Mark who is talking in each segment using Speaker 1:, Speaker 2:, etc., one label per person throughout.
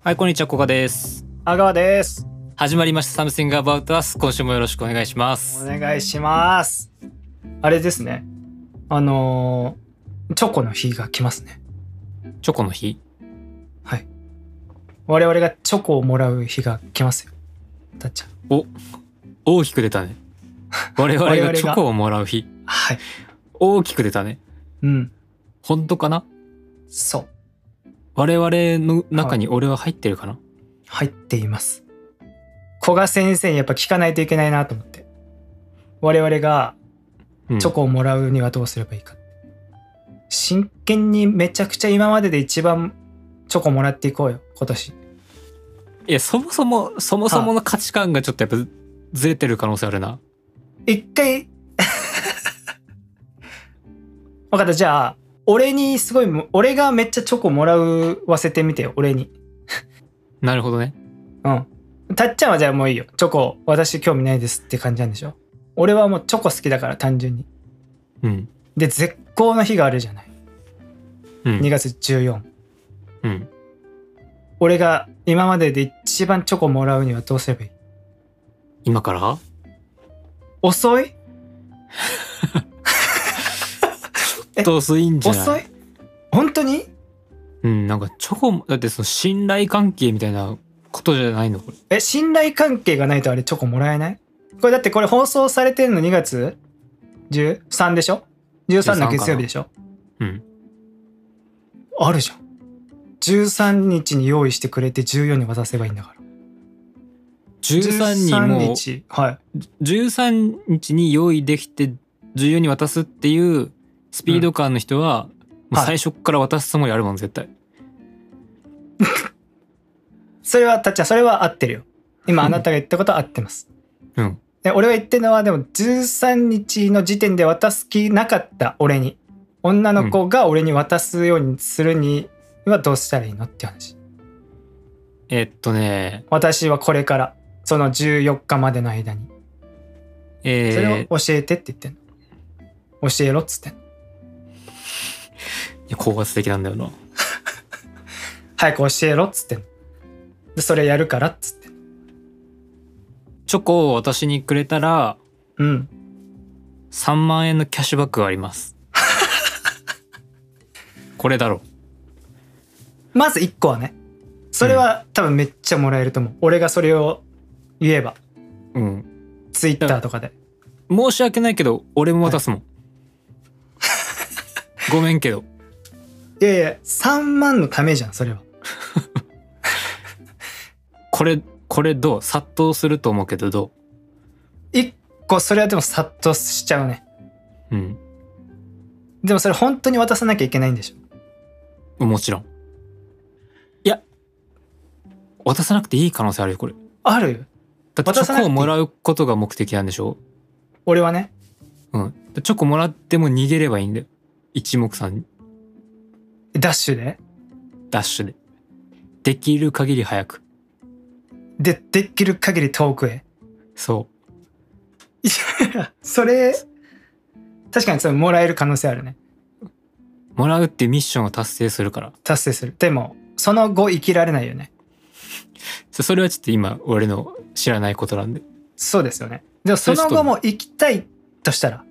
Speaker 1: はい、こんにちは、こかです。
Speaker 2: 阿川です。
Speaker 1: 始まりました、サムシングアバウトアス。今週もよろしくお願いしま
Speaker 2: お
Speaker 1: す。
Speaker 2: 願いします。あれですね。あのーチョコの日が来ますね。
Speaker 1: チョコの日。
Speaker 2: 我々がチョコをもらう日が来ますよ。たっちゃん。
Speaker 1: 大きく出たね。 我々
Speaker 2: 我々
Speaker 1: が
Speaker 2: が
Speaker 1: チョコをもらう日。
Speaker 2: はい。
Speaker 1: 大きく出たね。
Speaker 2: うん。
Speaker 1: 本当かな
Speaker 2: そう。
Speaker 1: 我々の中に俺は入ってるかな、
Speaker 2: 入っています。古賀先生にやっぱ聞かないといけないなと思って。我々が
Speaker 1: うん
Speaker 2: チョコをもらうにはどうすればいいか。真剣にめちゃくちゃ今までで一番チョコもらっていこうよ。今年。
Speaker 1: いや、そもそも、そもそもの価値観がちょっとやっぱずれてる可能性あるな。
Speaker 2: 一回分かったじゃあ俺にすごいむ俺がめっちゃチョコもらわせてみてよ俺に
Speaker 1: なるほどね。
Speaker 2: うんたっちゃんはじゃあもういいよチョコ私興味ないですって感じなんでしょ俺はもうチョコ好きだから単純に
Speaker 1: うん。
Speaker 2: で絶好の日があるじゃない
Speaker 1: うん。
Speaker 2: 2月14
Speaker 1: うん。
Speaker 2: 俺が今までで一番チョコもらうにはどうすればいい
Speaker 1: 今から
Speaker 2: 遅いえ
Speaker 1: と遅いんじゃない
Speaker 2: 遅い本当に
Speaker 1: うん、なんかチョコも、だってその信頼関係みたいなことじゃないのこれ。
Speaker 2: え信頼関係がないとあれチョコもらえないこれだってこれ放送されてんの2月13でしょ13の月曜日でしょ
Speaker 1: うん。
Speaker 2: あるじゃん13日に用意してくれて14に渡せばいいんだから
Speaker 1: 13に
Speaker 2: 13
Speaker 1: もう
Speaker 2: 日はい
Speaker 1: 13日に用意できて14に渡すっていうスピード感の人は、もう
Speaker 2: はい
Speaker 1: 最初っから渡すつもりあるもん絶対
Speaker 2: それはたっちゃんそれは合ってるよ今あなたが言ったことは合ってます
Speaker 1: うん
Speaker 2: で俺が言ってるのはでも13日の時点で渡す気なかった俺に女の子が俺に渡すようにするにはどうしたらいいのって話
Speaker 1: えっとね
Speaker 2: 私はこれからその14日までの間にそれ
Speaker 1: えー
Speaker 2: を教えてって言ってんの、教えろっつってんの
Speaker 1: いや高圧的なんだよな
Speaker 2: 早く教えろっつってんのでそれやるからっつってんの
Speaker 1: チョコを私にくれたら
Speaker 2: うん
Speaker 1: 3万円のキャッシュバックがあります これだろ
Speaker 2: まず1個はねそれは多分めっちゃもらえると思う、俺がそれを言えば
Speaker 1: ううん
Speaker 2: ツイッターとかで
Speaker 1: 申し訳ないけど俺も渡すもん、ごめんけど
Speaker 2: いやいや3万のためじゃんそれは
Speaker 1: これこれどう殺到すると思うけどど
Speaker 2: 1個それはでも殺到しちゃうね
Speaker 1: ううん
Speaker 2: でもそれ本当に渡さなきゃいけないんでしょ
Speaker 1: もちろん。いや、渡さなくていい可能性あるよ、これ。
Speaker 2: あるよ
Speaker 1: だってチ
Speaker 2: 渡さ
Speaker 1: ョ
Speaker 2: なくてい
Speaker 1: コ
Speaker 2: い
Speaker 1: をもらうことが目的なんでしょ
Speaker 2: 俺はね
Speaker 1: うん。でチョコもらっても逃げればいいんだよ。一目散に、
Speaker 2: ダッシュで
Speaker 1: ダッシュで。できる限り早く。
Speaker 2: でできる限り遠くへ
Speaker 1: そ
Speaker 2: いやそれ確かにそれもらえる可能性あるね
Speaker 1: う。もらうっていうミッションを達成するから。
Speaker 2: 達成するでもその後生きられないよね
Speaker 1: そそれはちょっと今、俺の知らないことなんで。
Speaker 2: そうですよねでもその後も生きたいとしたら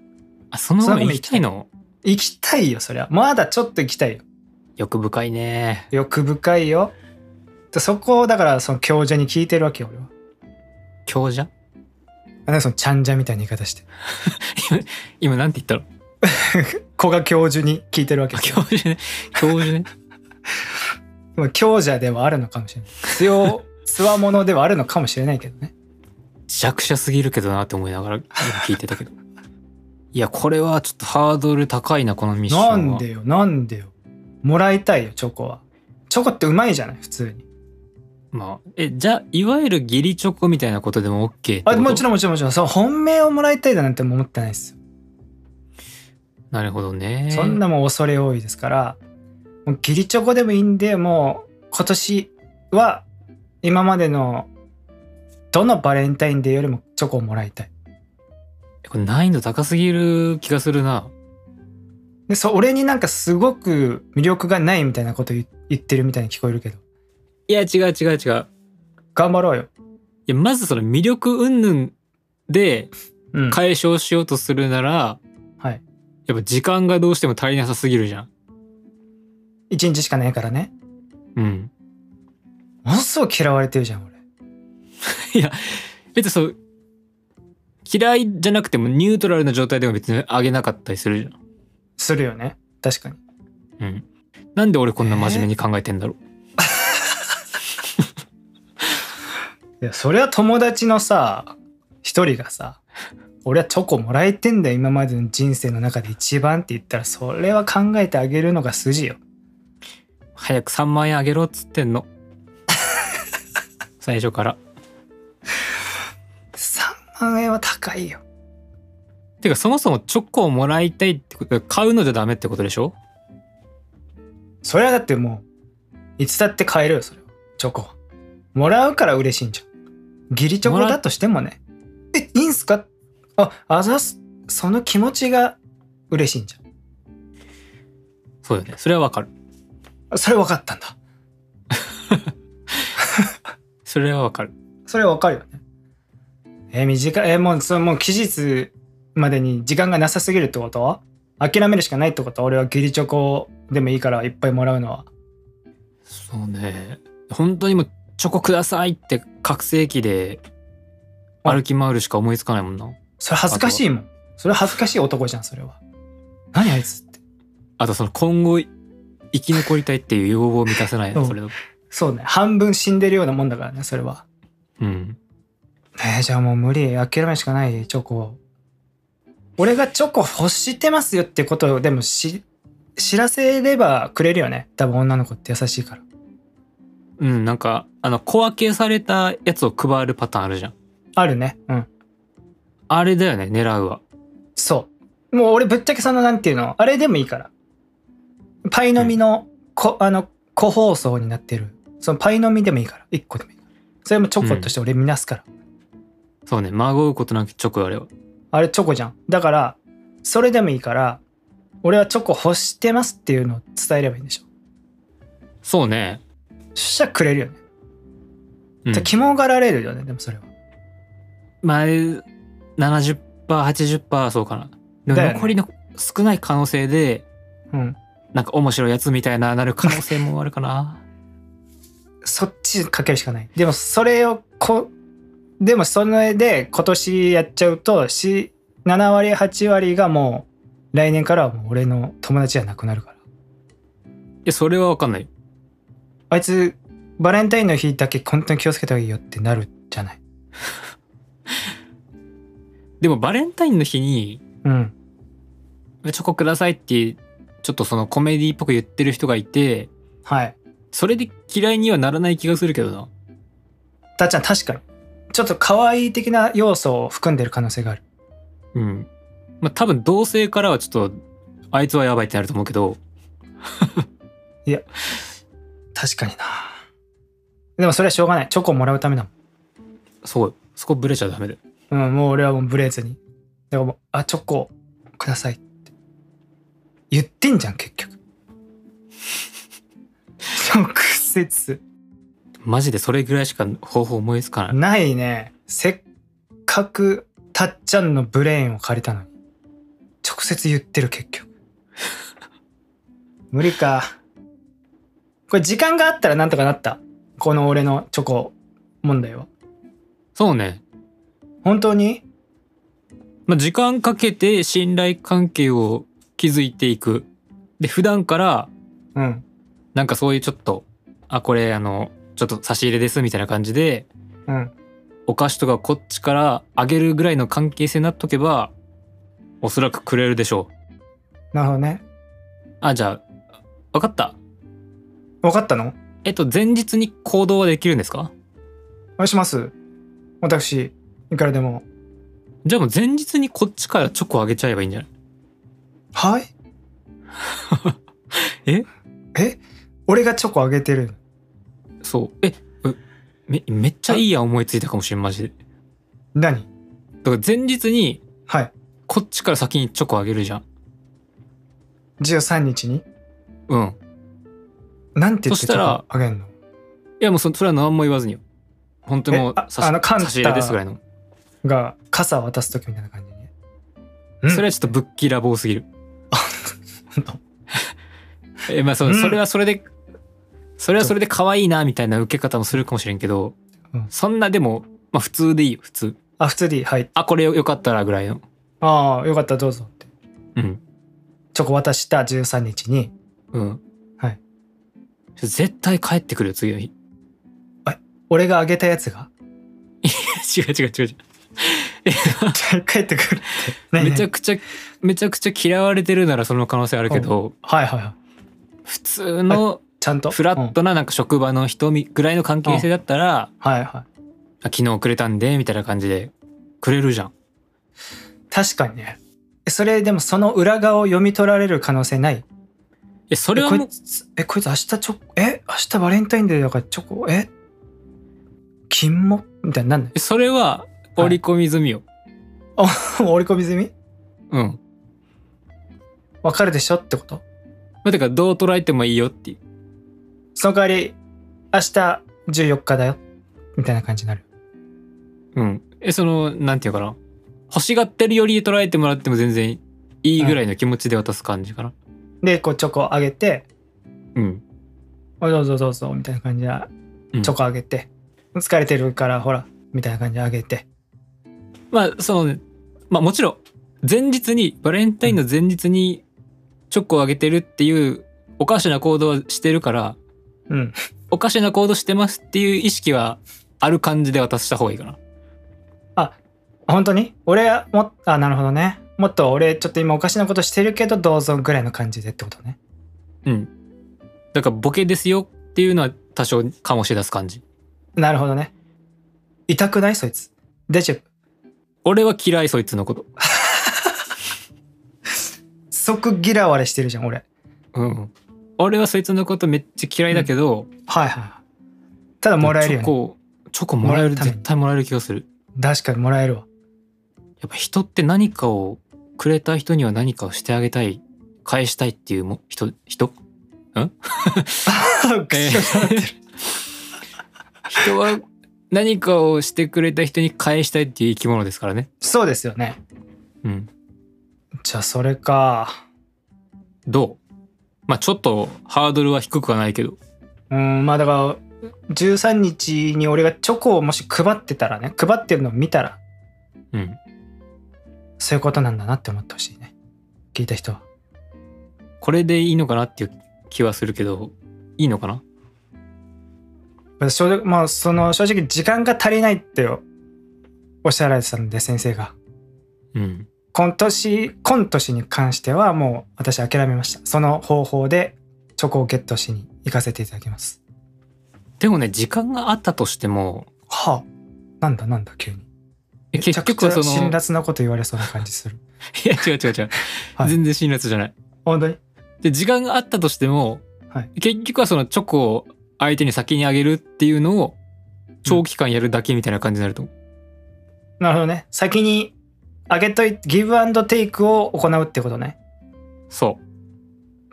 Speaker 1: あ、そのまま
Speaker 2: そのまま
Speaker 1: 行きたいの
Speaker 2: 生きたいよそりゃまだちょっと生きたいよ
Speaker 1: 欲深いね。
Speaker 2: 欲深いよでそこをだからその教授に聞いてるわけよ俺は
Speaker 1: 強者
Speaker 2: なんかそのちゃんじゃみたいな言い方して
Speaker 1: 今なんて言ったの
Speaker 2: 古賀教授に聞いてるわけ
Speaker 1: あ教授ね。教授ね。
Speaker 2: でも強者ではあるのかもしれない強つわものではあるのかもしれないけどね
Speaker 1: 弱者すぎるけどなって思いながら今聞いてたけど いやこれはちょっとハードル高いなこのミッションは
Speaker 2: なんでよなんでよもらいたいよチョコはチョコってうまいじゃない普通に
Speaker 1: まあえじゃあいわゆる義理チョコみたいなことでも OK ってこと
Speaker 2: あもちろんもちろんもちろんそう本命をもらいたいだなんて思ってないですよ、
Speaker 1: なるほどね
Speaker 2: そんなもう恐れ多いですからもうギリチョコでもいいんでもう今年は今までのどのバレンタインデーよりもチョコをもらいたい
Speaker 1: これ難易度高すぎる気がするな
Speaker 2: でそ俺になんかすごく魅力がないみたいなこと言言ってるみたいに聞こえるけど
Speaker 1: いや違う違う違う。
Speaker 2: 頑張ろうよ。
Speaker 1: いやまずその魅力云々で
Speaker 2: うん。
Speaker 1: 解消しようとするなら、
Speaker 2: はい。
Speaker 1: やっぱ時間がどうしても足りなさすぎるじゃん。
Speaker 2: 一日しかないからね。
Speaker 1: うん。
Speaker 2: ものすごい嫌われてるじゃん、俺。
Speaker 1: 別にそう嫌いじゃなくてもニュートラルな状態でも別にあげなかったりするじ
Speaker 2: するよね。確かに。
Speaker 1: ゃん。うん。なんで俺こんな真面目に考えてんだろう。
Speaker 2: いや、それは友達のさ、一人がさ、俺はチョコもらえてんだよ、今までの人生の中で一番って言ったら、それは考えてあげるのが筋よ。
Speaker 1: 早く3万円あげろっつってんの。 最初から。
Speaker 2: 3万円は高いよ。
Speaker 1: てかそもそもチョコをもらいたいってこと買うのじゃダメってことでしょ
Speaker 2: それはだってもう、いつだって買えるよ、それは。チョコは。もらうから嬉しいんじゃん。義理チョコだとしてもね。え、いいんすかあ、あざす。その気持ちが嬉しいんじ
Speaker 1: そうだよね。それはわかる。
Speaker 2: ゃん。それ分かったんだ。
Speaker 1: それはわかる。
Speaker 2: それは分かるよね。えー短い。えーもう、そのもう期日までに時間がなさすぎるってこと諦めるしかないってこと俺は義理チョコでもいいからいっぱいもらうのは。
Speaker 1: そうね。本当にもうチョコくださいって覚醒器で歩き回るしか思いつかないもんな。
Speaker 2: それ恥ずかしいもん。それ恥ずかしい男じゃん、それは。何あいつって。
Speaker 1: あとその今後生き残りたいっていう要望を満たせない
Speaker 2: う
Speaker 1: の
Speaker 2: ん
Speaker 1: それだと
Speaker 2: そうね。半分死んでるようなもんだからね、それは。
Speaker 1: うん。
Speaker 2: えーじゃあもう無理諦めるしかないチョコ俺がチョコ欲してますよってことをでもし知らせればくれるよね多分女の子って優しいから
Speaker 1: うん、なんかあの小分けされたやつを配るパターンあるじゃん。
Speaker 2: あるねうん
Speaker 1: あれだよね、狙うは。
Speaker 2: そうもう俺ぶっちゃけそのなんていうのあれでもいいからパイの実のこ、あの個包装になってるそのパイの実でもいいから1個でもいいからそれもチョコとして俺見なすから、
Speaker 1: そうね、まごうことなくチョコよあれは。
Speaker 2: あれチョコじゃんだからそれでもいいから俺はチョコ欲してますっていうのを伝えればいいんでしょ
Speaker 1: そうね。
Speaker 2: そしたらくれるよね
Speaker 1: うん
Speaker 2: じゃあ、肝がられるよね、でもそれは。
Speaker 1: まあ、70%、80%そうかな。で
Speaker 2: だ
Speaker 1: も
Speaker 2: よね
Speaker 1: 残りの少ない可能性で、
Speaker 2: うん。
Speaker 1: なんか面白いやつみたいななる可能性もあるか な。
Speaker 2: そっちかけるしかない。でも、それを、こ、でも、それで今年やっちゃうと、し、7割、8割がもう、来年からはもう俺の友達じゃなくなるから。
Speaker 1: いや、それはわかんないよ。
Speaker 2: あいつ、バレンタインの日だけ本当に気をつけた方がいいよってなるじゃない。
Speaker 1: でもバレンタインの日に、
Speaker 2: うん。
Speaker 1: チョコくださいって、ちょっとそのコメディっぽく言ってる人がいて、
Speaker 2: はい。
Speaker 1: それで嫌いにはならない気がするけどな。
Speaker 2: たっちゃん、確かに。ちょっと可愛い的な要素を含んでる可能性がある。
Speaker 1: うん。まあ多分同性からはちょっと、あいつはやばいってなると思うけど、
Speaker 2: 確かになでもそれはしょうがない。チョコをもらうためだもん。
Speaker 1: そう、そこブレちゃダメだよ。
Speaker 2: うん、もう俺はもうブレずに。だからもう、あ、チョコくださいって。言ってんじゃん、結局。直接。
Speaker 1: マジでそれぐらいしか方法思いつかない。
Speaker 2: ないね。せっかく、たっちゃんのブレーンを借りたのに。直接言ってる、結局。無理か。これ時間があったらなんとかなった。この俺のチョコ問題は。
Speaker 1: そうね。
Speaker 2: 本当に
Speaker 1: まあ、時間かけて信頼関係を築いていく。で、普段から、
Speaker 2: うん。
Speaker 1: なんかそういうちょっと、あ、これ、あの、ちょっと差し入れですみたいな感じで、
Speaker 2: うん。
Speaker 1: お菓子とかこっちからあげるぐらいの関係性になっとけば、おそらくくれるでしょ
Speaker 2: なるほどね。
Speaker 1: う。あ、じゃあ、わかった。
Speaker 2: 分かったの
Speaker 1: えっと、前日に行動はできるんですか
Speaker 2: お願いします。私、いくらでも。
Speaker 1: じゃあもう前日にこっちからチョコあげちゃえばいいんじゃない
Speaker 2: はい
Speaker 1: え
Speaker 2: え俺がチョコあげてる。
Speaker 1: そう。え、うめ、めっちゃいいやん思いついたかもしれん、マジで。
Speaker 2: 何
Speaker 1: だから前日に
Speaker 2: はい。
Speaker 1: こっちから先にチョコあげるじゃん。
Speaker 2: 13日に
Speaker 1: うん。
Speaker 2: なんて
Speaker 1: そ
Speaker 2: 言っ
Speaker 1: して
Speaker 2: チ
Speaker 1: た
Speaker 2: ョ
Speaker 1: ら
Speaker 2: コあげんの
Speaker 1: いやもうそそれは何も言わずによ本当にもう
Speaker 2: えあ
Speaker 1: 差し
Speaker 2: あのカンタ
Speaker 1: 差し入れですぐらいの、
Speaker 2: が傘渡す時みたいな感じにね、うん
Speaker 1: それはちょっとぶっきらぼうすぎる
Speaker 2: ほんと
Speaker 1: えまあそううんそれはそれで、それはそれで可愛いなみたいな受け方もするかもしれんけど、
Speaker 2: うん
Speaker 1: そんなでも、まあ、普通でいいよ普通
Speaker 2: あ普通でいいはい
Speaker 1: あこれよかったらぐらいの
Speaker 2: ああよかったらどうぞって
Speaker 1: うん
Speaker 2: チョコ渡した13日に
Speaker 1: うん
Speaker 2: はい
Speaker 1: 絶対帰ってくるよ次の 日
Speaker 2: 俺があげたや つが
Speaker 1: 違う違う違う違う
Speaker 2: 帰ってくるってねえねえ
Speaker 1: めちゃくちゃめちゃくちゃ嫌われてるならその可能性あるけど
Speaker 2: はいはいはい
Speaker 1: 普通の
Speaker 2: ちゃんと
Speaker 1: フラ
Speaker 2: う
Speaker 1: ッ
Speaker 2: ん
Speaker 1: トななんか職場の人みぐらいの関係性だったら、
Speaker 2: はいはい
Speaker 1: あ昨日くれたんでみたいな感じでくれるじゃん
Speaker 2: 確かにねそれでもその裏側を読み取られる可能性ない
Speaker 1: えそれは
Speaker 2: え
Speaker 1: も
Speaker 2: こ
Speaker 1: う
Speaker 2: いつえこいつ明日チョコえ明日バレンタインデーだからチョコえ金もみたいになんない
Speaker 1: えそれは織り込み済みよ、
Speaker 2: 折り込み済み
Speaker 1: うん
Speaker 2: わかるでしょってこと
Speaker 1: まあ、てかどう捉えてもいいよっていう
Speaker 2: その代わり明日14日だよみたいな感じになる
Speaker 1: うんえそのなんていうかな欲しがってるより捉えてもらっても全然いいぐらいの気持ちで渡す感じかな
Speaker 2: でこうチョコあげて
Speaker 1: うん、
Speaker 2: おいどうぞどうぞみたいな感じで
Speaker 1: うん
Speaker 2: チョコあげて、疲れてるからほらみたいな感じであげて
Speaker 1: まあそのねまあもちろん前日にバレンタインの前日にチョコをあげてるっていうおかしな行動はしてるから
Speaker 2: うん
Speaker 1: おかしな行動してますっていう意識はある感じで渡した方がいいかな
Speaker 2: 本当に俺はもあなるほどねもっと俺ちょっと今おかしなことしてるけどどうぞぐらいの感じでってことね
Speaker 1: うんだからボケですよっていうのは多少醸し出す感じ
Speaker 2: なるほどね痛くないそいつ大丈夫
Speaker 1: 俺は嫌いそいつのこと
Speaker 2: 即ギラ割れしてるじゃん俺
Speaker 1: うん、俺はそいつのことめっちゃ嫌いだけど、
Speaker 2: はいはいはいただもらえるよ
Speaker 1: チョ
Speaker 2: ね
Speaker 1: コチョコもらえる
Speaker 2: もらうために
Speaker 1: 絶対もらえる気がする
Speaker 2: 確かにもらえるわ
Speaker 1: やっぱ人って何かをくれた人には何かをしてあげたい返したいっていうも人 人
Speaker 2: 口を閉めてる
Speaker 1: 人は何かをしてくれた人に返したいっていう生き物ですからね
Speaker 2: そうですよね
Speaker 1: うん
Speaker 2: じゃあそれか
Speaker 1: どうまあちょっとハードルは低くはないけど
Speaker 2: うんまあだから13日に俺がチョコをもし配ってたらね配ってるのを見たら
Speaker 1: うん
Speaker 2: そういうことなんだなって思ってほしいね聞いた人は
Speaker 1: これでいいのかなっていう気はするけどいいのかな
Speaker 2: 正直まあその正直時間が足りないっておっしゃられてたんで先生が
Speaker 1: うん
Speaker 2: 今年今年に関してはもう私諦めましたその方法でチョコをゲットしに行かせていただきます
Speaker 1: でもね時間があったとしても
Speaker 2: はあなんだなんだ急に
Speaker 1: え結局はそ
Speaker 2: めちゃくちゃ辛
Speaker 1: の
Speaker 2: 辣なこと言われそうな感じする
Speaker 1: いや違う違う違う、
Speaker 2: はい
Speaker 1: 全然辛辣じゃない
Speaker 2: 本当に
Speaker 1: で時間があったとしても、
Speaker 2: はい
Speaker 1: 結局はそのチョコを相手に先にあげるっていうのを長期間やるだけみたいな感じになると思う、
Speaker 2: なるほどね先にあげといギブアンドテイクを行うってことね
Speaker 1: そう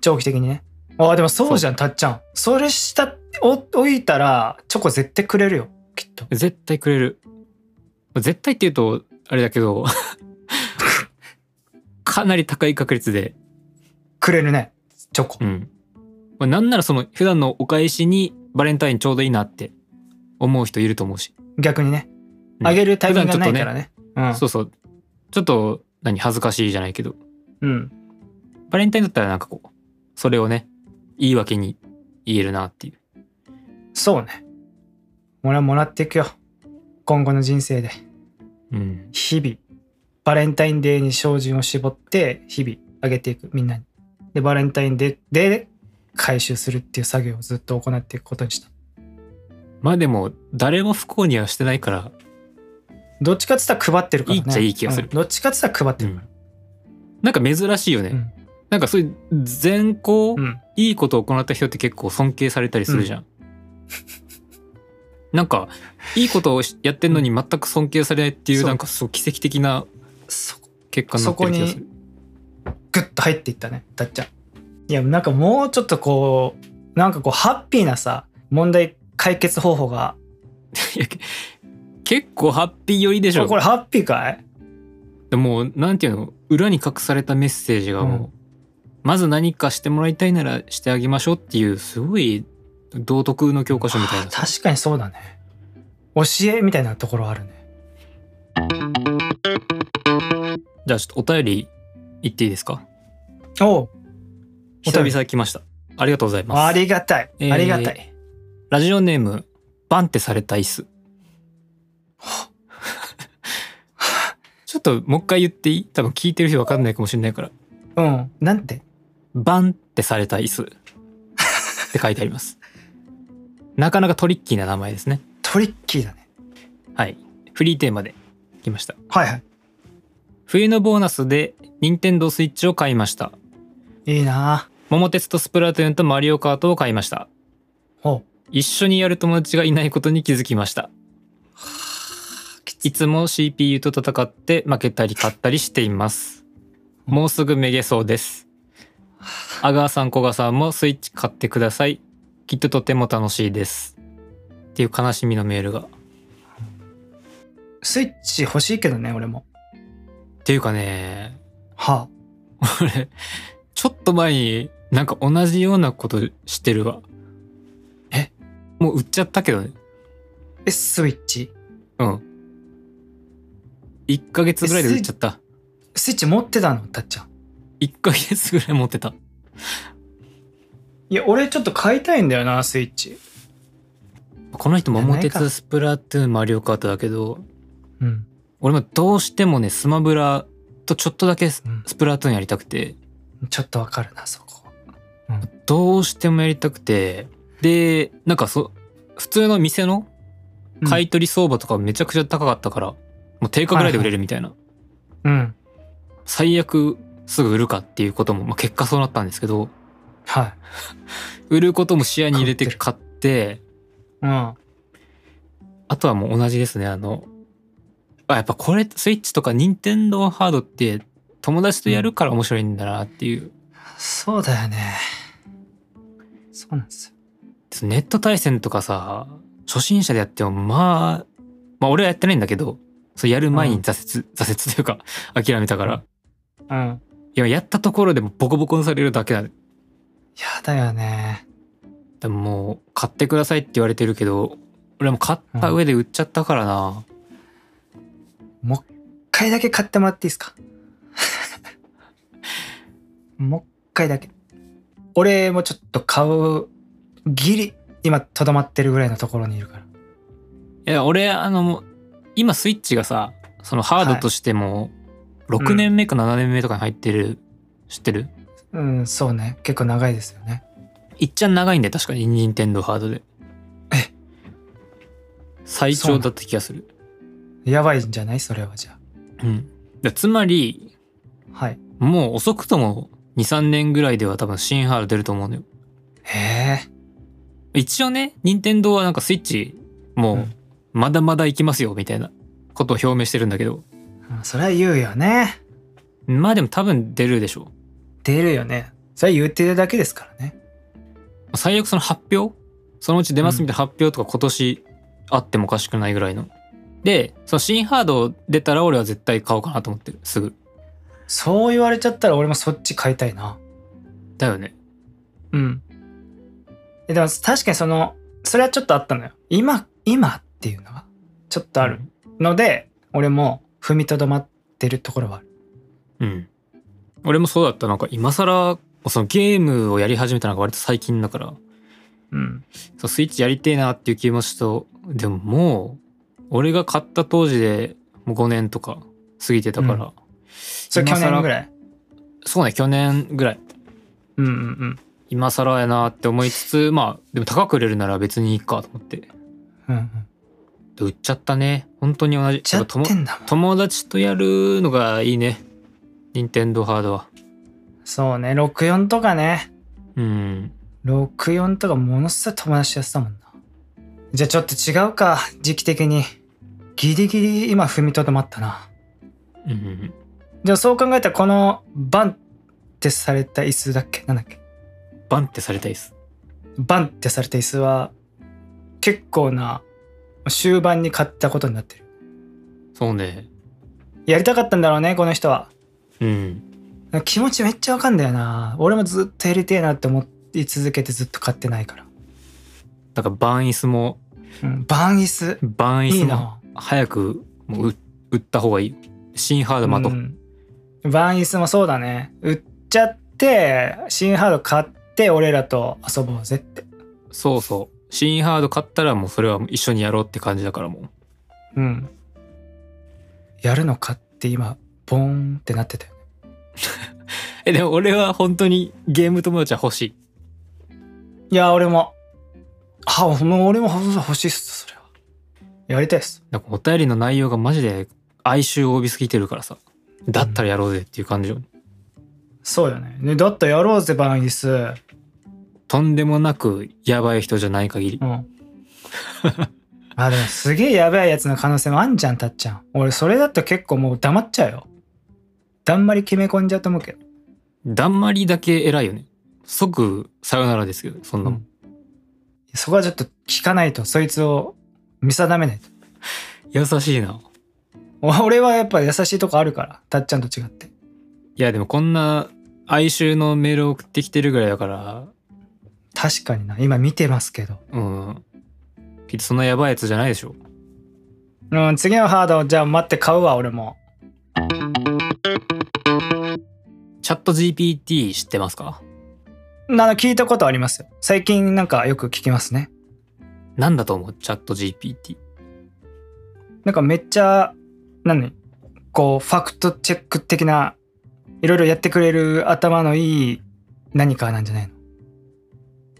Speaker 2: 長期的にねああでもそうじゃんたっちゃんそれしたおおいたらチョコ絶対くれるよきっと
Speaker 1: 絶対くれる絶対っていうとあれだけど かなり高い確率で
Speaker 2: くれるねチョコ
Speaker 1: うん、まあなんならその普段のお返しにバレンタインちょうどいいなって思う人いると思うし、
Speaker 2: 逆にね
Speaker 1: うん
Speaker 2: あげるタイミングがないからねうん
Speaker 1: そうそうちょっと何恥ずかしいじゃないけど
Speaker 2: うん
Speaker 1: バレンタインだったらなんかこうそれをね言い訳に言えるなっていう
Speaker 2: そうね。俺はもらっていくよ。今後の人生で。
Speaker 1: うん
Speaker 2: 日々。バレンタインデーに照準を絞って、日々あげていく、みんなに。で、バレンタインデーで回収するっていう作業をずっと行っていくことにした。
Speaker 1: まあでも誰も不幸にはしてないから、
Speaker 2: どっちかっつったら配ってるから
Speaker 1: い
Speaker 2: ね。
Speaker 1: いっちゃいい気がする
Speaker 2: うんどっちかっつったら配ってるか
Speaker 1: なんか珍しいよね、
Speaker 2: うん
Speaker 1: なんかそういう善行、
Speaker 2: ら。うん。
Speaker 1: いいことを行った人って結構尊敬されたりするじゃん、なんかいいことをしやってんのに全く尊敬されないっていう
Speaker 2: そう
Speaker 1: なんかそう奇跡的な
Speaker 2: そこ、
Speaker 1: 結果になってる気がする
Speaker 2: ぐっと入っていったね、たっちゃん。いや、なんかもうちょっとこう、なんかこう、ハッピーなさ、問題解決方法が
Speaker 1: いやけ 結構ハッピー寄りでしょ
Speaker 2: これハッピーかい
Speaker 1: でもうなんていうの裏に隠されたメッセージがもう、
Speaker 2: う
Speaker 1: まず何かしてもらいたいならしてあげましょうっていうすごい道徳の教科書みたいな
Speaker 2: あ確かにそうだね教えみたいなところあるね
Speaker 1: じゃあちょっとお便り言っていいですか
Speaker 2: おうお
Speaker 1: 久
Speaker 2: 便り
Speaker 1: 々来ましたありがとうございます
Speaker 2: ありがたい、
Speaker 1: えー
Speaker 2: ありがたい
Speaker 1: ラジオネームバンってされた椅子 ちょっともう一回言っていい多分聞いてる人分かんないかもしれないから
Speaker 2: うんなんて
Speaker 1: バンってされた椅子って書いてありますなかなかトリッキーな名前ですね
Speaker 2: トリッキーだね
Speaker 1: はいフリーテーマで来ました
Speaker 2: はいはい
Speaker 1: 冬のボーナスで任天堂スイッチを買いました
Speaker 2: いいな
Speaker 1: 桃鉄とスプラトゥーンとマリオカートを買いました
Speaker 2: ほ
Speaker 1: 一緒にやる友達がいないことに気づきましたいつも CPU と戦って負けたり勝ったりしていますもうすぐめげそうです阿川さん古賀さんもスイッチ買ってくださいきっととても楽しいですっていう悲しみのメールがっ
Speaker 2: うスイッチ欲しいけどね俺も
Speaker 1: ていうかね
Speaker 2: は
Speaker 1: 俺ちょっと前になんか同じようなことしてるわえもう売っちゃったけどね
Speaker 2: あえスイッチ
Speaker 1: うん1ヶ月ぐらいで売っちゃった
Speaker 2: スイッチ持ってたのたっちゃん
Speaker 1: 1ヶ月ぐらい持ってた
Speaker 2: いや俺ちょっと買いたいんだよなスイッチ
Speaker 1: この人桃
Speaker 2: いやない
Speaker 1: 鉄
Speaker 2: か
Speaker 1: スプラトゥーンマリオカートだけど
Speaker 2: うん
Speaker 1: 俺もどうしてもねスマブラとちょっとだけス
Speaker 2: うん
Speaker 1: スプラトゥーンやりたくて
Speaker 2: ちょっとわかるなそこ
Speaker 1: どうしてもやりたくてでなんかそ普通の店の買い取り相場とかめちゃくちゃ高かったから、もう定価ぐらいで売れるみたいな、
Speaker 2: うん
Speaker 1: 最悪すぐ売るかっていうことも、まあ、結果そうなったんですけど
Speaker 2: はい
Speaker 1: 売ることも視野に入れて買
Speaker 2: 買
Speaker 1: って
Speaker 2: うん
Speaker 1: あとはもう同じですねあのあやっぱこれスイッチとか任天堂ハードって友達とやるから面白いんだなっていう、
Speaker 2: そうだよねそうなんですよ
Speaker 1: ネット対戦とかさ初心者でやってもまあまあ俺はやってないんだけどそうやる前に挫折、挫折というか諦めたから
Speaker 2: うん
Speaker 1: いややったところでもボコボコにされるだけなん
Speaker 2: やだよね
Speaker 1: でももう買ってくださいって言われてるけど俺はもう買った上で売っちゃったからな、
Speaker 2: もう一回だけ買ってもらっていいですか もう一回だけ俺もちょっと買うギリ今とどまってるぐらいのところにいるから
Speaker 1: いや俺あのもう今スイッチがさそのハードとしても
Speaker 2: ん
Speaker 1: 6年目か7年目とかに入ってる、知ってる
Speaker 2: うんそうね結構長いですよね
Speaker 1: いっちゃん長いんだよ確かに任天堂ハードで
Speaker 2: え
Speaker 1: 最長だった気がする
Speaker 2: やばいんじゃないそれはじゃ
Speaker 1: うんだつまり
Speaker 2: あはい
Speaker 1: もう遅くとも23年ぐらいでは多分新ハード出ると思うのよ
Speaker 2: へえ
Speaker 1: 一応ね任天堂はなんかスイッチも
Speaker 2: う
Speaker 1: うんまだまだいきますよみたいなことを表明してるんだけど
Speaker 2: うんそれは言うよね
Speaker 1: まあでも多分出るでしょ
Speaker 2: 出るよねそれは言ってるだけですからね
Speaker 1: 最悪その発表そのうち出ますみたいな発表とか今年あってもおかしくないぐらいの。でその新ハード出たら俺は絶対買おうかなと思ってるすぐ。
Speaker 2: そう言われちゃったら俺もそっち買いたいな
Speaker 1: だよね。
Speaker 2: うん。えでも確かにその、それはちょっとあったのよ。今、今っていうのが、ちょっとあるので、俺も踏みとどまってるところはある。
Speaker 1: うん。うん。俺もそうだったなんか今更そのゲームをやり始めたのが割と最近だから
Speaker 2: うん。
Speaker 1: そうスイッチやりてえなっていう気もしたでももう俺が買った当時でもう5年とか過ぎてたから、
Speaker 2: それ去年ぐ
Speaker 1: い
Speaker 2: らい。
Speaker 1: そうね去年ぐらい
Speaker 2: うんうんうん。
Speaker 1: 今更やなって思いつつまあでも高く売れるなら別にいいかと思って
Speaker 2: うんうん。
Speaker 1: 売っちゃったね本当に同じ
Speaker 2: ちゃっ
Speaker 1: やっぱ友
Speaker 2: てんだもん。
Speaker 1: 友達とやるのがいいね任天堂ハードは
Speaker 2: そうね、64とかね。
Speaker 1: うん
Speaker 2: 64とかものすごい友達とやってたもんな。じゃあちょっと違うか、時期的に。ギリギリ今踏みとどまったな。
Speaker 1: うんうんうん
Speaker 2: じゃあそう考えたらこのバンってされた椅子だっけなんだっけ
Speaker 1: バンってされたいです
Speaker 2: バンってされた椅子は結構な終盤に買ったことになってる
Speaker 1: そうね
Speaker 2: やりたかったんだろうねこの人は
Speaker 1: うん
Speaker 2: 気持ちめっちゃわかんだよな俺もずっとやりてえなって思い続けてずっと買ってないから、
Speaker 1: だからバン椅子も
Speaker 2: うん、バン椅子
Speaker 1: バン
Speaker 2: い
Speaker 1: 椅
Speaker 2: い
Speaker 1: 子も
Speaker 2: な
Speaker 1: 早くもうう売った方がいい新ハード待とう、
Speaker 2: ん、バン椅子もそうだね売っちゃって新ハード買って俺らと遊ぼうぜって
Speaker 1: そうそう新ハード買ったらもうそれは一緒にやろうって感じだからもう
Speaker 2: うんやるのかって今ボーンってなってたよ
Speaker 1: えでも俺は本当にゲーム友達は欲しい
Speaker 2: いや俺もあもう俺も欲しいっすそれはやりたいっす
Speaker 1: なんかお便りの内容がマジで哀愁を帯びすぎてるからさだったらやろうぜっていう感じよ、
Speaker 2: そうよねねだったらやろうぜバン椅子
Speaker 1: とんでもなくやばい人じゃない限り
Speaker 2: うん あでもすげえやばいやつの可能性もあんじゃんたっちゃん俺それだと結構もう黙っちゃうよだんまり決め込んじゃうと思うけど
Speaker 1: だんまりだけ偉いよね即さよならですけどそんなもん、
Speaker 2: うそこはちょっと聞かないとそいつを見定めないと
Speaker 1: 優しいな
Speaker 2: お俺はやっぱ優しいとこあるからたっちゃんと違って
Speaker 1: いやでもこんな哀愁のメールを送ってきてるぐらいだから
Speaker 2: 確かにな今見てますけど
Speaker 1: うんきっとそんなやばいやつじゃないでしょ
Speaker 2: うん次のハードじゃあ待って買うわ俺も
Speaker 1: チャット GPT 知ってますか
Speaker 2: な聞いたことありますよ最近なんかよく聞きますね
Speaker 1: なんだと思うチャット GPT
Speaker 2: なんかめっちゃ何こうファクトチェック的ないろいろやってくれる頭のいい何かなんじゃないの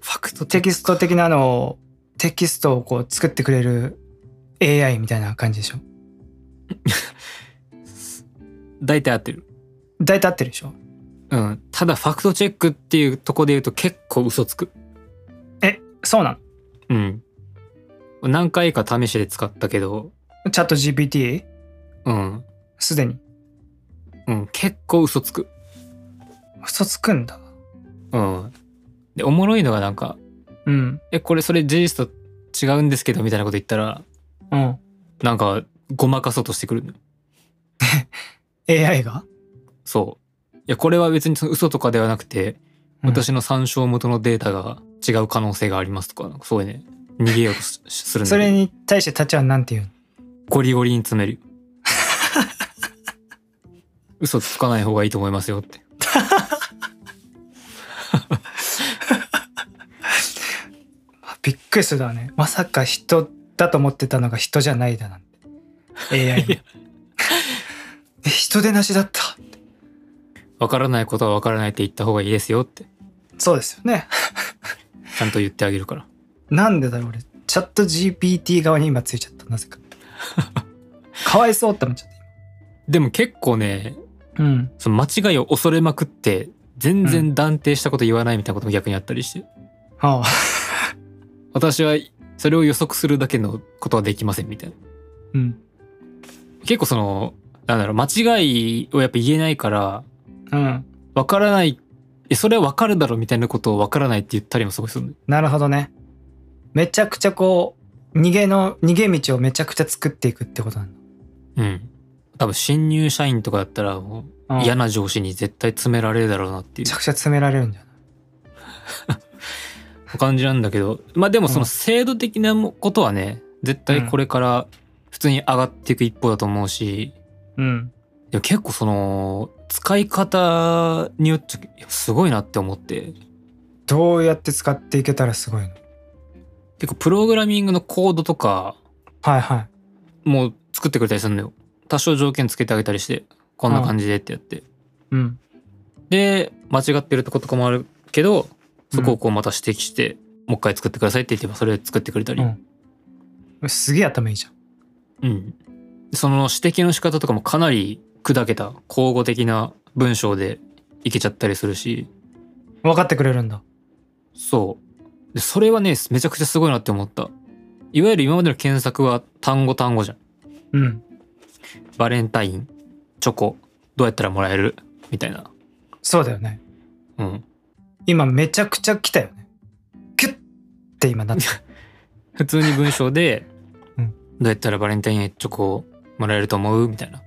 Speaker 1: ファクト
Speaker 2: テキスト的なのをテキストをこう作ってくれる AI みたいな感じでしょ
Speaker 1: 大体合ってる
Speaker 2: 大体合ってるでしょ
Speaker 1: うんただファクトチェックっていうとこで言うと結構嘘つく
Speaker 2: えそうな
Speaker 1: うん何回か試しで使ったけど
Speaker 2: のチャット GPT
Speaker 1: うん
Speaker 2: すでに
Speaker 1: うん結構嘘つく
Speaker 2: 嘘つくんだ
Speaker 1: うんでおもろいのがなんか
Speaker 2: うん
Speaker 1: えこれそれ事実と違うんですけどみたいなこと言ったら
Speaker 2: うん
Speaker 1: なんかごまかそうとしてくるの
Speaker 2: AI が
Speaker 1: そういやこれは別にその嘘とかではなくて、私の参照元のデータが違う可能性がありますとかなんかそういうね逃げようとしするんだ
Speaker 2: そ
Speaker 1: け
Speaker 2: れ
Speaker 1: ど
Speaker 2: に対してたっちゃんはなんて言うの
Speaker 1: ゴリゴリに詰め る嘘つかない方がいいと思いますよって
Speaker 2: あびっくりするだろうねまさか人だと思ってたのが人じゃないだなんて AI
Speaker 1: い
Speaker 2: に え人でなしだった
Speaker 1: わからないことはわからないって言った方がいいですよって
Speaker 2: そうですよね
Speaker 1: ちゃんと言ってあげるから
Speaker 2: なんでだろう俺チャット GPT 側に今ついちゃったなぜかかわいそうって思っちゃっ
Speaker 1: でも結構ね
Speaker 2: たうん
Speaker 1: その間違いを恐れまくって全然断定したこと言わないみたいなことも逆にあったりして、
Speaker 2: ああ
Speaker 1: 私はそれを予測するだけのことはできませんみたいな
Speaker 2: うん
Speaker 1: 結構そのなんだろう間違いをやっぱ言えないから
Speaker 2: うん
Speaker 1: わからないえそれはわかるだろうみたいなことをわからないって言ったりもすごいするの
Speaker 2: なるほどねめちゃくちゃこう逃げの逃げ道をめちゃくちゃ作っていくってことなん
Speaker 1: うん多分新入社員とかだったらも
Speaker 2: だ、う
Speaker 1: うん嫌な上司に絶対詰められるだろうなってい
Speaker 2: め
Speaker 1: う
Speaker 2: ちゃくちゃ詰められるんじゃない
Speaker 1: 感じなんだけどまあでもそうの
Speaker 2: ん
Speaker 1: 制度的なもことはね絶対これから普通に上がっていく一方だと思うし、
Speaker 2: うん
Speaker 1: いや結構その使い方によっちゃいやすごいなって思って
Speaker 2: どうやって使っていけたらすごいの
Speaker 1: 結構プログラミングのコードとか
Speaker 2: はいはい
Speaker 1: もう作ってくれたりするのよ多少条件つけてあげたりしてこんな感じでってやって、
Speaker 2: うん
Speaker 1: で間違ってるとことかもあるけどそこをこうまた指摘して、もう一回作ってくださいって言ってばそれ作ってくれたり、
Speaker 2: うんすげえ頭いいじゃん
Speaker 1: うん、その指摘の仕方とかもかなり砕けた口語的な文章でいけちゃったりするし
Speaker 2: 分かってくれるんだ
Speaker 1: そうでそれはねめちゃくちゃすごいなって思ったいわゆる今までの検索は単語単語じゃん
Speaker 2: うん
Speaker 1: バレンタインチョコどうやったらもらえるみたいな
Speaker 2: そうだよね
Speaker 1: うん
Speaker 2: 今めちゃくちゃ来たよねキュッって今なって
Speaker 1: 普通に文章で、
Speaker 2: うん
Speaker 1: どうやったらバレンタインチョコをもらえると思うみたいな。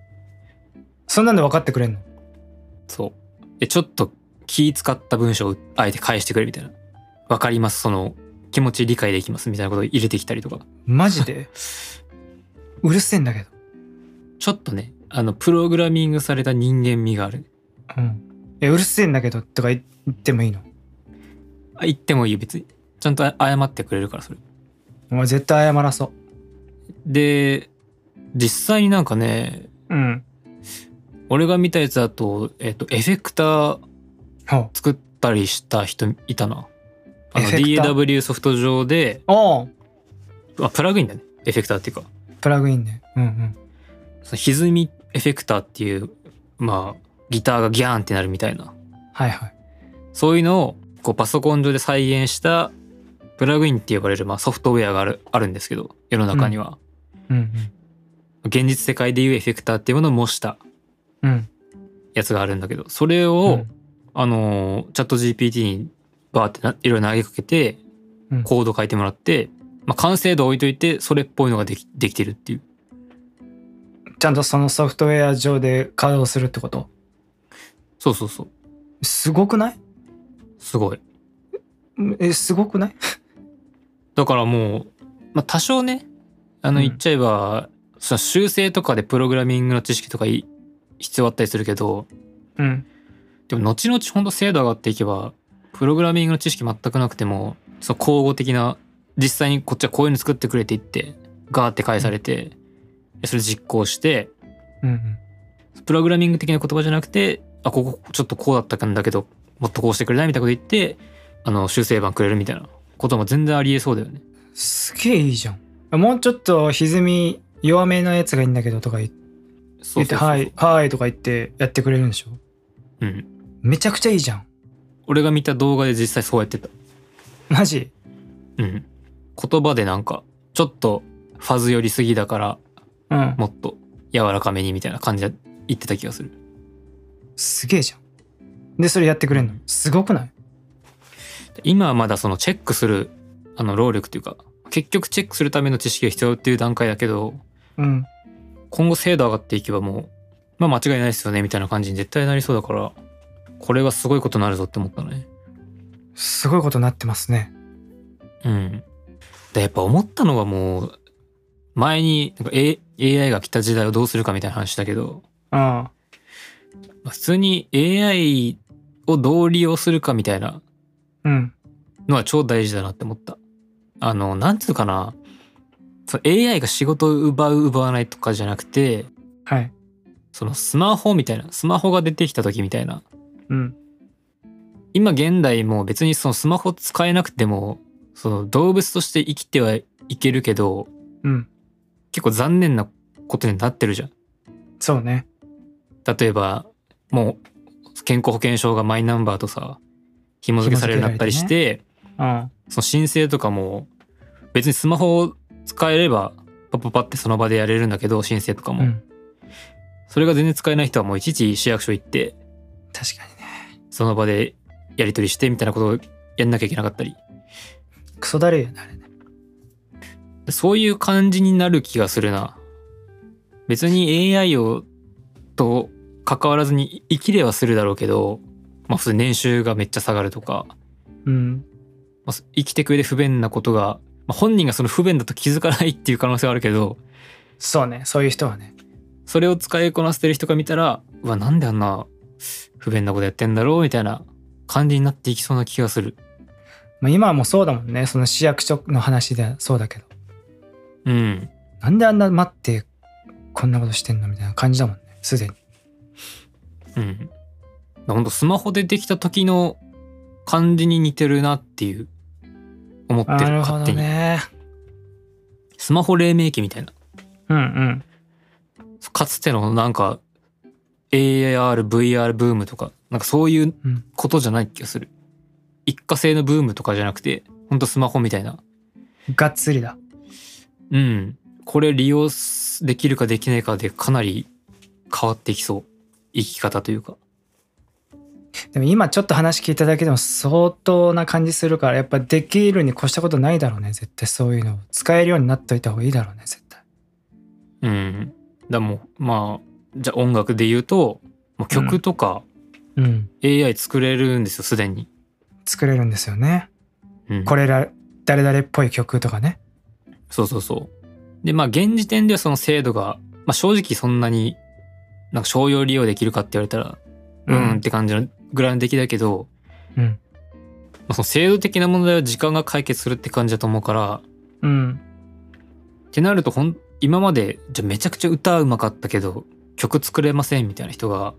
Speaker 2: そんなんで分かってくれんの
Speaker 1: そう。え、ちょっと気使った文章をあえて返してくれみたいな。わかります、その気持ち理解できますみたいなことを入れてきたりとか。
Speaker 2: マジ でうるせえんだけど、
Speaker 1: ちょっとね、あの、プログラミングされた人間味がある。
Speaker 2: うん、えうるせえんだけどとか言ってもいいの
Speaker 1: あ言ってもいいよ、別に。ちゃんとあ謝ってくれるから、それ。
Speaker 2: お前絶対謝らそ
Speaker 1: で、実際になんかね、
Speaker 2: ううん
Speaker 1: 俺が見たやつだと、えっと、エフェクター
Speaker 2: ほ
Speaker 1: 作ったりした人いたな。あの
Speaker 2: エフェクター
Speaker 1: DAW ソフト上で、
Speaker 2: うおう
Speaker 1: あ、プラグインだね。エフェクターっていうか。
Speaker 2: プラグインねうんうん
Speaker 1: その歪みエフェクターっていう、まあ、ギターがギャーンってなるみたいな。
Speaker 2: はいはい
Speaker 1: そういうのを、こう、パソコン上で再現した、プラグインって呼ばれる、まあ、ソフトウェアがある、あるんですけど、世の中には。
Speaker 2: うん
Speaker 1: 現実世界でいうエフェクターっていうものを模した
Speaker 2: うんうん
Speaker 1: やつがあるんだけど、それを、あのーチャット GPT にバーってないろいろ投げかけて
Speaker 2: うん
Speaker 1: コード書いてもらって、まあ、完成度置いといてそれっぽいのができできてるっていう
Speaker 2: うんちゃんとそのソフトウェア上で稼働するってこと
Speaker 1: そうそうそう
Speaker 2: すごくない
Speaker 1: すごい
Speaker 2: うんえすごくない
Speaker 1: だからもう、まあ、多少ねあの
Speaker 2: うん
Speaker 1: 言っちゃえば、その修正とかでプログラミングの知識とかい必要あったりするけど
Speaker 2: うん
Speaker 1: でも後々ほんと精度上がっていけばプログラミングの知識全くなくてもその交互的な実際にこっちはこういうの作ってくれて言ってガーって返されて、でそれ実行して
Speaker 2: うんうん
Speaker 1: プログラミング的な言葉じゃなくて、あ、ここちょっとこうだったんだけど、もっとこうしてくれないみたいなこと言って、あの、修正版くれるみたいなことも全然ありえそうだよね。
Speaker 2: すげえいいじゃんもうちょっと歪み弱めのやつがいいんだけどとか言って
Speaker 1: そうそうそうそう
Speaker 2: はい。はいとか言ってやってくれるんでしょ
Speaker 1: うん。
Speaker 2: めちゃくちゃいいじゃん
Speaker 1: 俺が見た動画で実際そうやってた。
Speaker 2: マジ
Speaker 1: うん。言葉でなんか、ちょっとファズ寄りすぎだから、
Speaker 2: うん
Speaker 1: もっと柔らかめにみたいな感じで言ってた気がする。
Speaker 2: すげえじゃんでそれやってくれるのすごくない
Speaker 1: 今はまだそのチェックする、あの、労力というか、結局チェックするための知識が必要っていう段階だけど、
Speaker 2: うん
Speaker 1: 今後精度上がっていけばもう、まあ間違いないですよねみたいな感じに絶対なりそうだから、これはすごいことになるぞって思ったね。
Speaker 2: すごいことになってますね
Speaker 1: うん。で、やっぱ思ったのはもう、前になんか、A、AI が来た時代をどうするかみたいな話だけど、
Speaker 2: うん
Speaker 1: まあ普通に AI をどう利用するかみたいな
Speaker 2: うん
Speaker 1: のは超大事だなって思った。あの、なんつうかな、その AI が仕事を奪う奪わないとかじゃなくて、
Speaker 2: はい
Speaker 1: そのスマホみたいな、スマホが出てきた時みたいな、
Speaker 2: うん
Speaker 1: 今現代も別にそのスマホ使えなくてもその動物として生きてはいけるけど
Speaker 2: うん
Speaker 1: 結構残念なことになってるじゃん。
Speaker 2: そうね
Speaker 1: 例えばもう健康保険証がマイナンバーとさ紐付けされるようになったりして
Speaker 2: うん
Speaker 1: その申請とかも別にスマホを使えればパッパッパってその場でやれるんだけど申請とか
Speaker 2: う
Speaker 1: も、
Speaker 2: ん
Speaker 1: それが全然使えない人はもういちいち市役所行って
Speaker 2: 確かにね
Speaker 1: その場でやり取りしてみたいなことをやんなきゃいけなかったり
Speaker 2: クソだるいよねあれね
Speaker 1: そういう感じになる気がするな。別に AI をと関わらずに生きれはするだろうけど、まあ普通に年収がめっちゃ下がるとか、
Speaker 2: うん
Speaker 1: まあ生きてく上で不便なことが、まあ本人がその不便だと気づかないっていう可能性はあるけど、
Speaker 2: そうねそういう人はね
Speaker 1: それを使いこなしてる人が見たら、うわ、なんであんな不便なことやってんだろうみたいな感じになっていきそうな気がする。
Speaker 2: まあ今はもうそうだもんねその市役所の話でそうだけど
Speaker 1: うん。
Speaker 2: なんであんな待ってこんなことしてんのみたいな感じだもんねすでに
Speaker 1: うん。ほんとスマホでできた時の感じに似てるなっていう思ってる
Speaker 2: なるほ
Speaker 1: 勝
Speaker 2: ど
Speaker 1: 手に
Speaker 2: ね
Speaker 1: スマホ黎明期みたいな
Speaker 2: うんうん
Speaker 1: かつてのなんか ARVR ブームとかなんかそういう
Speaker 2: うん
Speaker 1: ことじゃない気がする、一過性のブームとかじゃなくてほんとスマホみたいな
Speaker 2: がっつりだ
Speaker 1: うんこれ利用すできるかできないかでかなり変わっていきそう生き方というか
Speaker 2: でも今ちょっと話聞いただけでも相当な感じするからやっぱできるに越したことないだろうね絶対そういうの使えるようになっといた方がいいだろうね絶対
Speaker 1: うん。だもうまあじゃあ音楽で言うともう曲とか
Speaker 2: うん
Speaker 1: AI 作れるんですよすでに。
Speaker 2: 作れるんですよね
Speaker 1: うん、
Speaker 2: これら誰々っぽい曲とかね
Speaker 1: そうそうそう。でまあ現時点ではその精度が、まあ、正直そんなになんか商用利用できるかって言われたらうん、って感じのぐらいの出来だけど、
Speaker 2: うん
Speaker 1: まあ、その制度的な問題は時間が解決するって感じだと思うから
Speaker 2: うん
Speaker 1: ってなるとほん今までじゃあめちゃくちゃ歌うまかったけど曲作れませんみたいな人が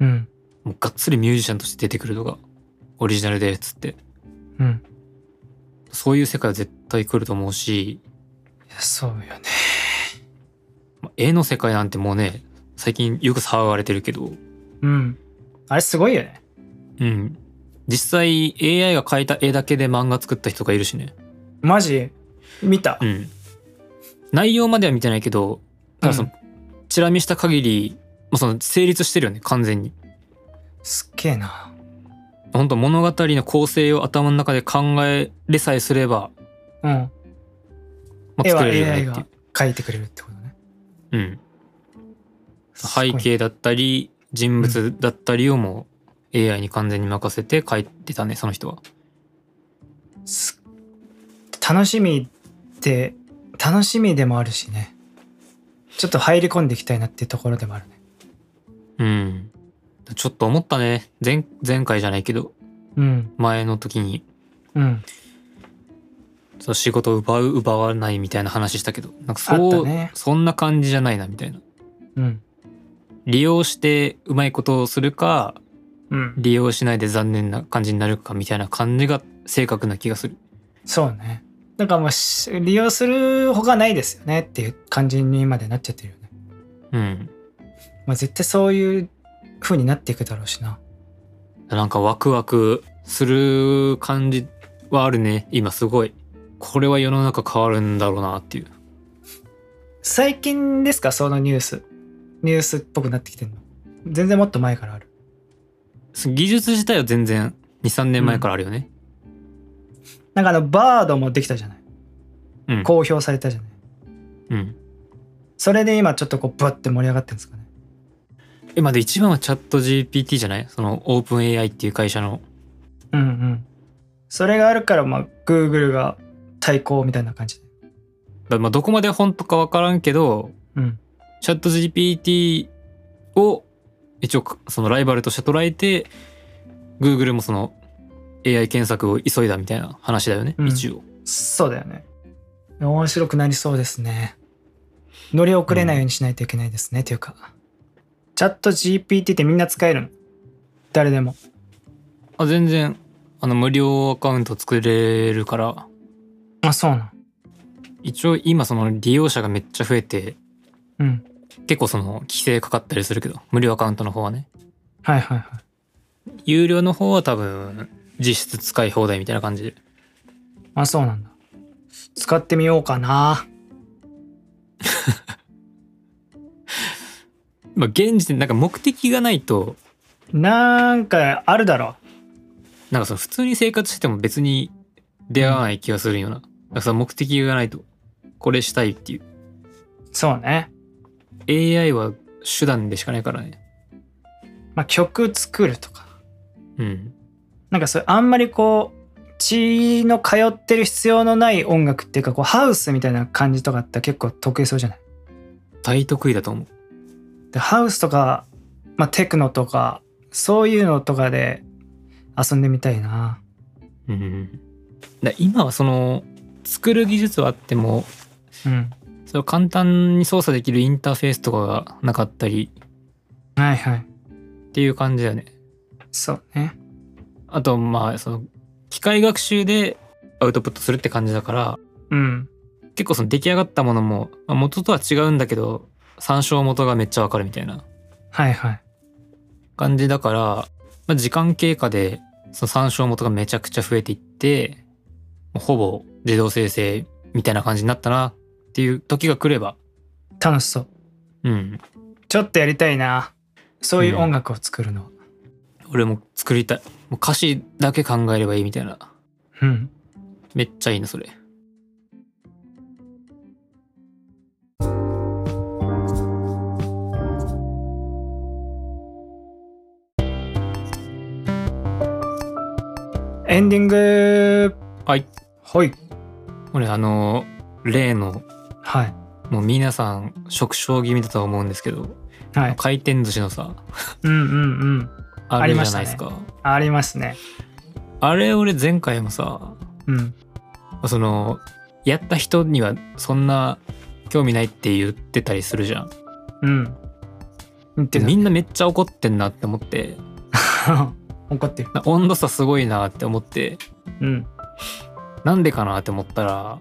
Speaker 2: うん
Speaker 1: もうがっつりミュージシャンとして出てくるとかオリジナルでっつって
Speaker 2: うん
Speaker 1: そういう世界は絶対来ると思うし、
Speaker 2: いやそうよね
Speaker 1: まあ絵の世界なんてもうね最近よく騒がれてるけど、
Speaker 2: うんあれすごいよね
Speaker 1: うん、実際 AI が描いた絵だけで漫画作った人がいるしね。
Speaker 2: マジ見た
Speaker 1: うん、内容までは見てないけどただその、チラ見した限り、まあ、その成立してるよね完全に
Speaker 2: すっげえな
Speaker 1: 本当物語の構成を頭の中で考えれさえすれば、
Speaker 2: うん
Speaker 1: まあ、
Speaker 2: 絵は
Speaker 1: 作れるよね
Speaker 2: AI
Speaker 1: ってい
Speaker 2: が
Speaker 1: う、
Speaker 2: 描いてくれるってことね
Speaker 1: うん、
Speaker 2: すごい
Speaker 1: 背景だったり人物だったりをもう AI に完全に任せて書いてたねその人は
Speaker 2: す楽しみって楽しみでもあるしねちょっと入り込んでいきたいなっていうところでもあるね
Speaker 1: うんちょっと思ったね前前回じゃないけど
Speaker 2: うん
Speaker 1: 前の時に
Speaker 2: うん
Speaker 1: その仕事を奪う奪わないみたいな話したけどなんか
Speaker 2: あっ
Speaker 1: そう、
Speaker 2: たね
Speaker 1: そんな感じじゃないなみたいな
Speaker 2: うん
Speaker 1: 利用してうまいことをするか
Speaker 2: うん
Speaker 1: 利用しないで残念な感じになるかみたいな感じが正確な気がする
Speaker 2: そうねなんかもうし利用するほかないですよねっていう感じにまでなっちゃってるよね
Speaker 1: うん
Speaker 2: まあ絶対そういう風になっていくだろうしな
Speaker 1: なんかワクワクする感じはあるね今すごいこれは世の中変わるんだろうなっていう
Speaker 2: 最近ですかそのニュースニュースっぽくなってきてるの全然もっと前からある
Speaker 1: その技術自体は全然23年前からあるよね
Speaker 2: なんかあのバードもできたじゃない
Speaker 1: うん
Speaker 2: 公表されたじゃない
Speaker 1: うん
Speaker 2: それで今ちょっとこうブワッて盛り上がってるんですかね
Speaker 1: えまだ一番はチャット GPT じゃないそのオープン AI っていう会社の
Speaker 2: うんうんそれがあるからまあ Google が対抗みたいな感じで
Speaker 1: だまあどこまで本当か分からんけど
Speaker 2: うん
Speaker 1: チャット GPT を一応そのライバルとして捉えて Google もその AI 検索を急いだみたいな話だよね、
Speaker 2: うん
Speaker 1: 一応
Speaker 2: そうだよね面白くなりそうですね乗り遅れないようにしないといけないですね、というかチャット GPT ってみんな使えるの誰でも
Speaker 1: あ全然あの無料アカウント作れるから
Speaker 2: あそうな
Speaker 1: 一応今その利用者がめっちゃ増えて
Speaker 2: のうん
Speaker 1: 結構その規制かかったりするけど無料アカウントの方はね
Speaker 2: はいはいはい
Speaker 1: 有料の方は多分実質使い放題みたいな感じで
Speaker 2: あそうなんだ使ってみようかな
Speaker 1: まあ現時点でなんか目的がないと
Speaker 2: なんかあるだろ
Speaker 1: なんかその普通に生活してても別に出会わない気がするような。なんかその目的がないと、これしたいっていう。
Speaker 2: うそうね
Speaker 1: AI は手段でしかないからね。
Speaker 2: まあ曲作るとか
Speaker 1: うん。
Speaker 2: なんかそれあんまりこう血の通ってる必要のない音楽っていうかこうハウスみたいな感じとかって結構得意そうじゃない
Speaker 1: 大得意だと思う。
Speaker 2: でハウスとか、まあ、テクノとかそういうのとかで遊んでみたいな
Speaker 1: うん。だ今はその、作る技術はあっても、
Speaker 2: うん
Speaker 1: それを簡単に操作できるインターフェースとかがなかったり
Speaker 2: はいはい
Speaker 1: っていう感じだよね。
Speaker 2: そうね
Speaker 1: あと、まあ、その、機械学習でアウトプットするって感じだから、
Speaker 2: うん
Speaker 1: 結構その出来上がったものも、まあ、元とは違うんだけど、参照元がめっちゃわかるみたいな。
Speaker 2: はいはい
Speaker 1: 感じだから、まあ、時間経過でその参照元がめちゃくちゃ増えていってもうほぼ自動生成みたいな感じになったなっていう時が来れば
Speaker 2: 楽しそう
Speaker 1: うん
Speaker 2: ちょっとやりたいなそういう
Speaker 1: ね
Speaker 2: 音楽を作るのは、
Speaker 1: 俺も作りたいもう歌詞だけ考えればいいみたいな
Speaker 2: うん。
Speaker 1: めっちゃいいなそれ
Speaker 2: エンディング
Speaker 1: はい
Speaker 2: はい。
Speaker 1: 俺あの例の
Speaker 2: はい。
Speaker 1: もう皆さん食傷気味だとは思うんですけど、
Speaker 2: はい。
Speaker 1: 回転寿司のさ
Speaker 2: うんうんうん。
Speaker 1: あ
Speaker 2: あ
Speaker 1: る
Speaker 2: り
Speaker 1: じ
Speaker 2: ま
Speaker 1: ゃ
Speaker 2: した
Speaker 1: ない
Speaker 2: ね
Speaker 1: ですかあ,、
Speaker 2: ありますね。
Speaker 1: れ俺前回もさ
Speaker 2: うん。
Speaker 1: そのやった人にはそんな興味ないって言ってたりするじゃん
Speaker 2: うん。言って
Speaker 1: で
Speaker 2: た
Speaker 1: みんなめっちゃ怒ってんなって思って
Speaker 2: 怒ってる。
Speaker 1: な温度差すごいなって思って
Speaker 2: うん。
Speaker 1: なんでかなって思ったら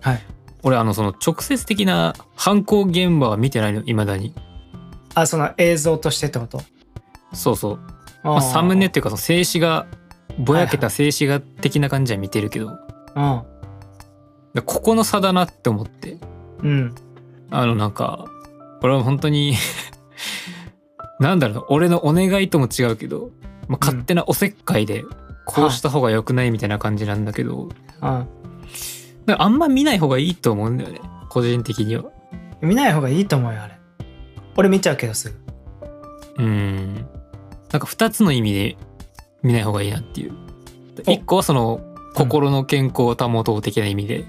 Speaker 2: はい。
Speaker 1: 俺あのその直接的な犯行現場は見てないのいまだに
Speaker 2: あ、その映像としてってこと
Speaker 1: そうそう、ま
Speaker 2: あ
Speaker 1: あ、サムネっていうかその静止画ぼやけ
Speaker 2: は
Speaker 1: た静止画的な感じは見てるけど、
Speaker 2: うん。
Speaker 1: でここの差だなって思って
Speaker 2: うん。
Speaker 1: あのなんか俺は本当に なんだろうな俺のお願いとも違うけど、まあ、勝手なおせっかいでこうした方が良くないみたいな感じなんだけど、
Speaker 2: うん。
Speaker 1: なんかあんま見ない方がいいと思うんだよね個人的には
Speaker 2: 見ない方がいいと思うよ、あれ。俺見ちゃうけどすぐ。
Speaker 1: うんなんか2つの意味で見ない方がいいなっていう
Speaker 2: お
Speaker 1: 1個はその心の健康を保とう的な意味で、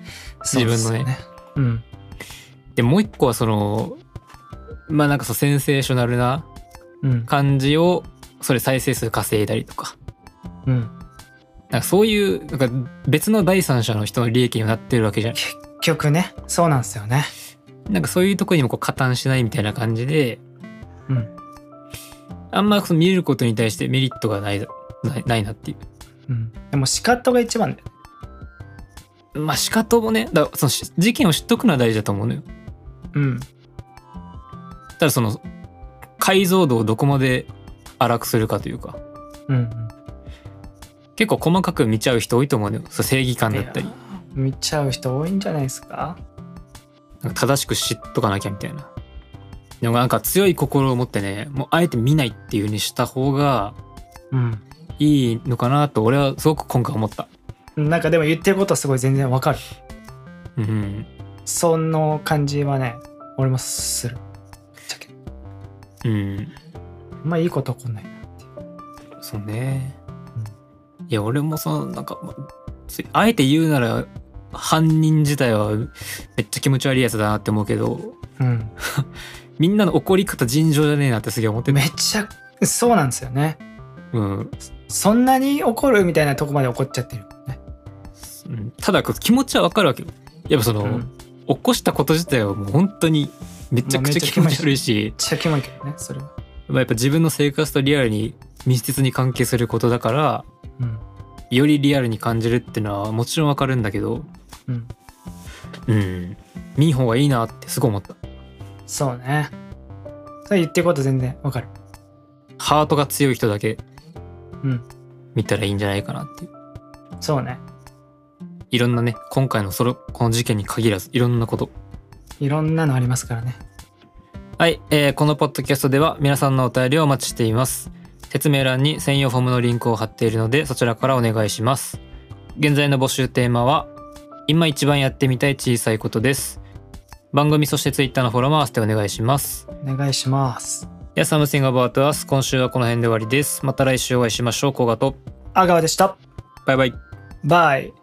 Speaker 1: 自分のね
Speaker 2: そうですよ。うん。
Speaker 1: でもう1個はそのまあなんかそうセンセーショナルな
Speaker 2: うん。
Speaker 1: 感じをそれ再生数稼いだりとか
Speaker 2: うん。
Speaker 1: なんかそういうなんか別の第三者の人の利益にもなってるわけじゃん
Speaker 2: 結局ね、そうなんですよね。
Speaker 1: なんかそういうとこにもこう加担しないみたいな感じで
Speaker 2: うん。
Speaker 1: あんまその見れることに対してメリットがないないないなっていう
Speaker 2: うん。でも、仕方が一番だよ。
Speaker 1: まあ仕方もねだからそのし事件を知っとくのは大事だと思うのよ
Speaker 2: うん。
Speaker 1: ただその解像度をどこまで荒くするかというか
Speaker 2: うん。
Speaker 1: 結構細かく見ちゃう人多いと思うのよそう正義感だった
Speaker 2: い
Speaker 1: り
Speaker 2: や見ちゃう人多いんじゃないですか
Speaker 1: なんか正しく知っとかなきゃみたいなでもなんか強い心を持ってねもうあえて見ないっていう風にした方が
Speaker 2: うん。
Speaker 1: いいのかなと俺はすごく今回思った
Speaker 2: なんかでも言ってることはすごい全然わかる。
Speaker 1: うん
Speaker 2: その感じはね、俺もする。じゃけ
Speaker 1: うん
Speaker 2: あんまあいいこと起こんないな。
Speaker 1: そうねいや俺もそのなんかまついあえて言うなら犯人自体はめっちゃ気持ち悪いやつだなって思うけど
Speaker 2: うん。
Speaker 1: みんなの怒り方尋常じゃねえなってすげえ思って
Speaker 2: めちゃ、そうなんですよね。
Speaker 1: うん
Speaker 2: そんなに怒るみたいなとこまで怒っちゃってるもんね。
Speaker 1: うんただこう気持ちはわかるわけよやっぱその、
Speaker 2: うんめっ
Speaker 1: 起こしたこと自体はもう本当にめちゃくちゃ気持ち悪いし、
Speaker 2: ちゃキモいけどね、それは。
Speaker 1: まあ、やっぱ自分の生活とリアルに密接に関係することだから
Speaker 2: うん。
Speaker 1: よりリアルに感じるっていうのはもちろんわかるんだけど
Speaker 2: うん。
Speaker 1: うん見ん方がいいなってすごい思った
Speaker 2: そうね。それ言ってること全然わかる。
Speaker 1: ハートが強い人だけ
Speaker 2: うん。
Speaker 1: 見たらいいんじゃないかなっていう
Speaker 2: そうね。
Speaker 1: いろんなね今回のそのこの事件に限らずいろんなこと
Speaker 2: いろんなのありますからね。
Speaker 1: はい、えーこのポッドキャストでは皆さんのお便りをお待ちしています。説明欄に専用フォームのリンクを貼っているのでそちらからお願いします。現在の募集テーマは今一番やってみたい小さいことです。番組そして Twitter のフォローも合わせてお願いします。
Speaker 2: お願いします。
Speaker 1: やサムシングアバートアス今週はこの辺で終わりです。また来週お会いしましょう。コガと
Speaker 2: 阿川でした。
Speaker 1: バイバイ。
Speaker 2: バイ。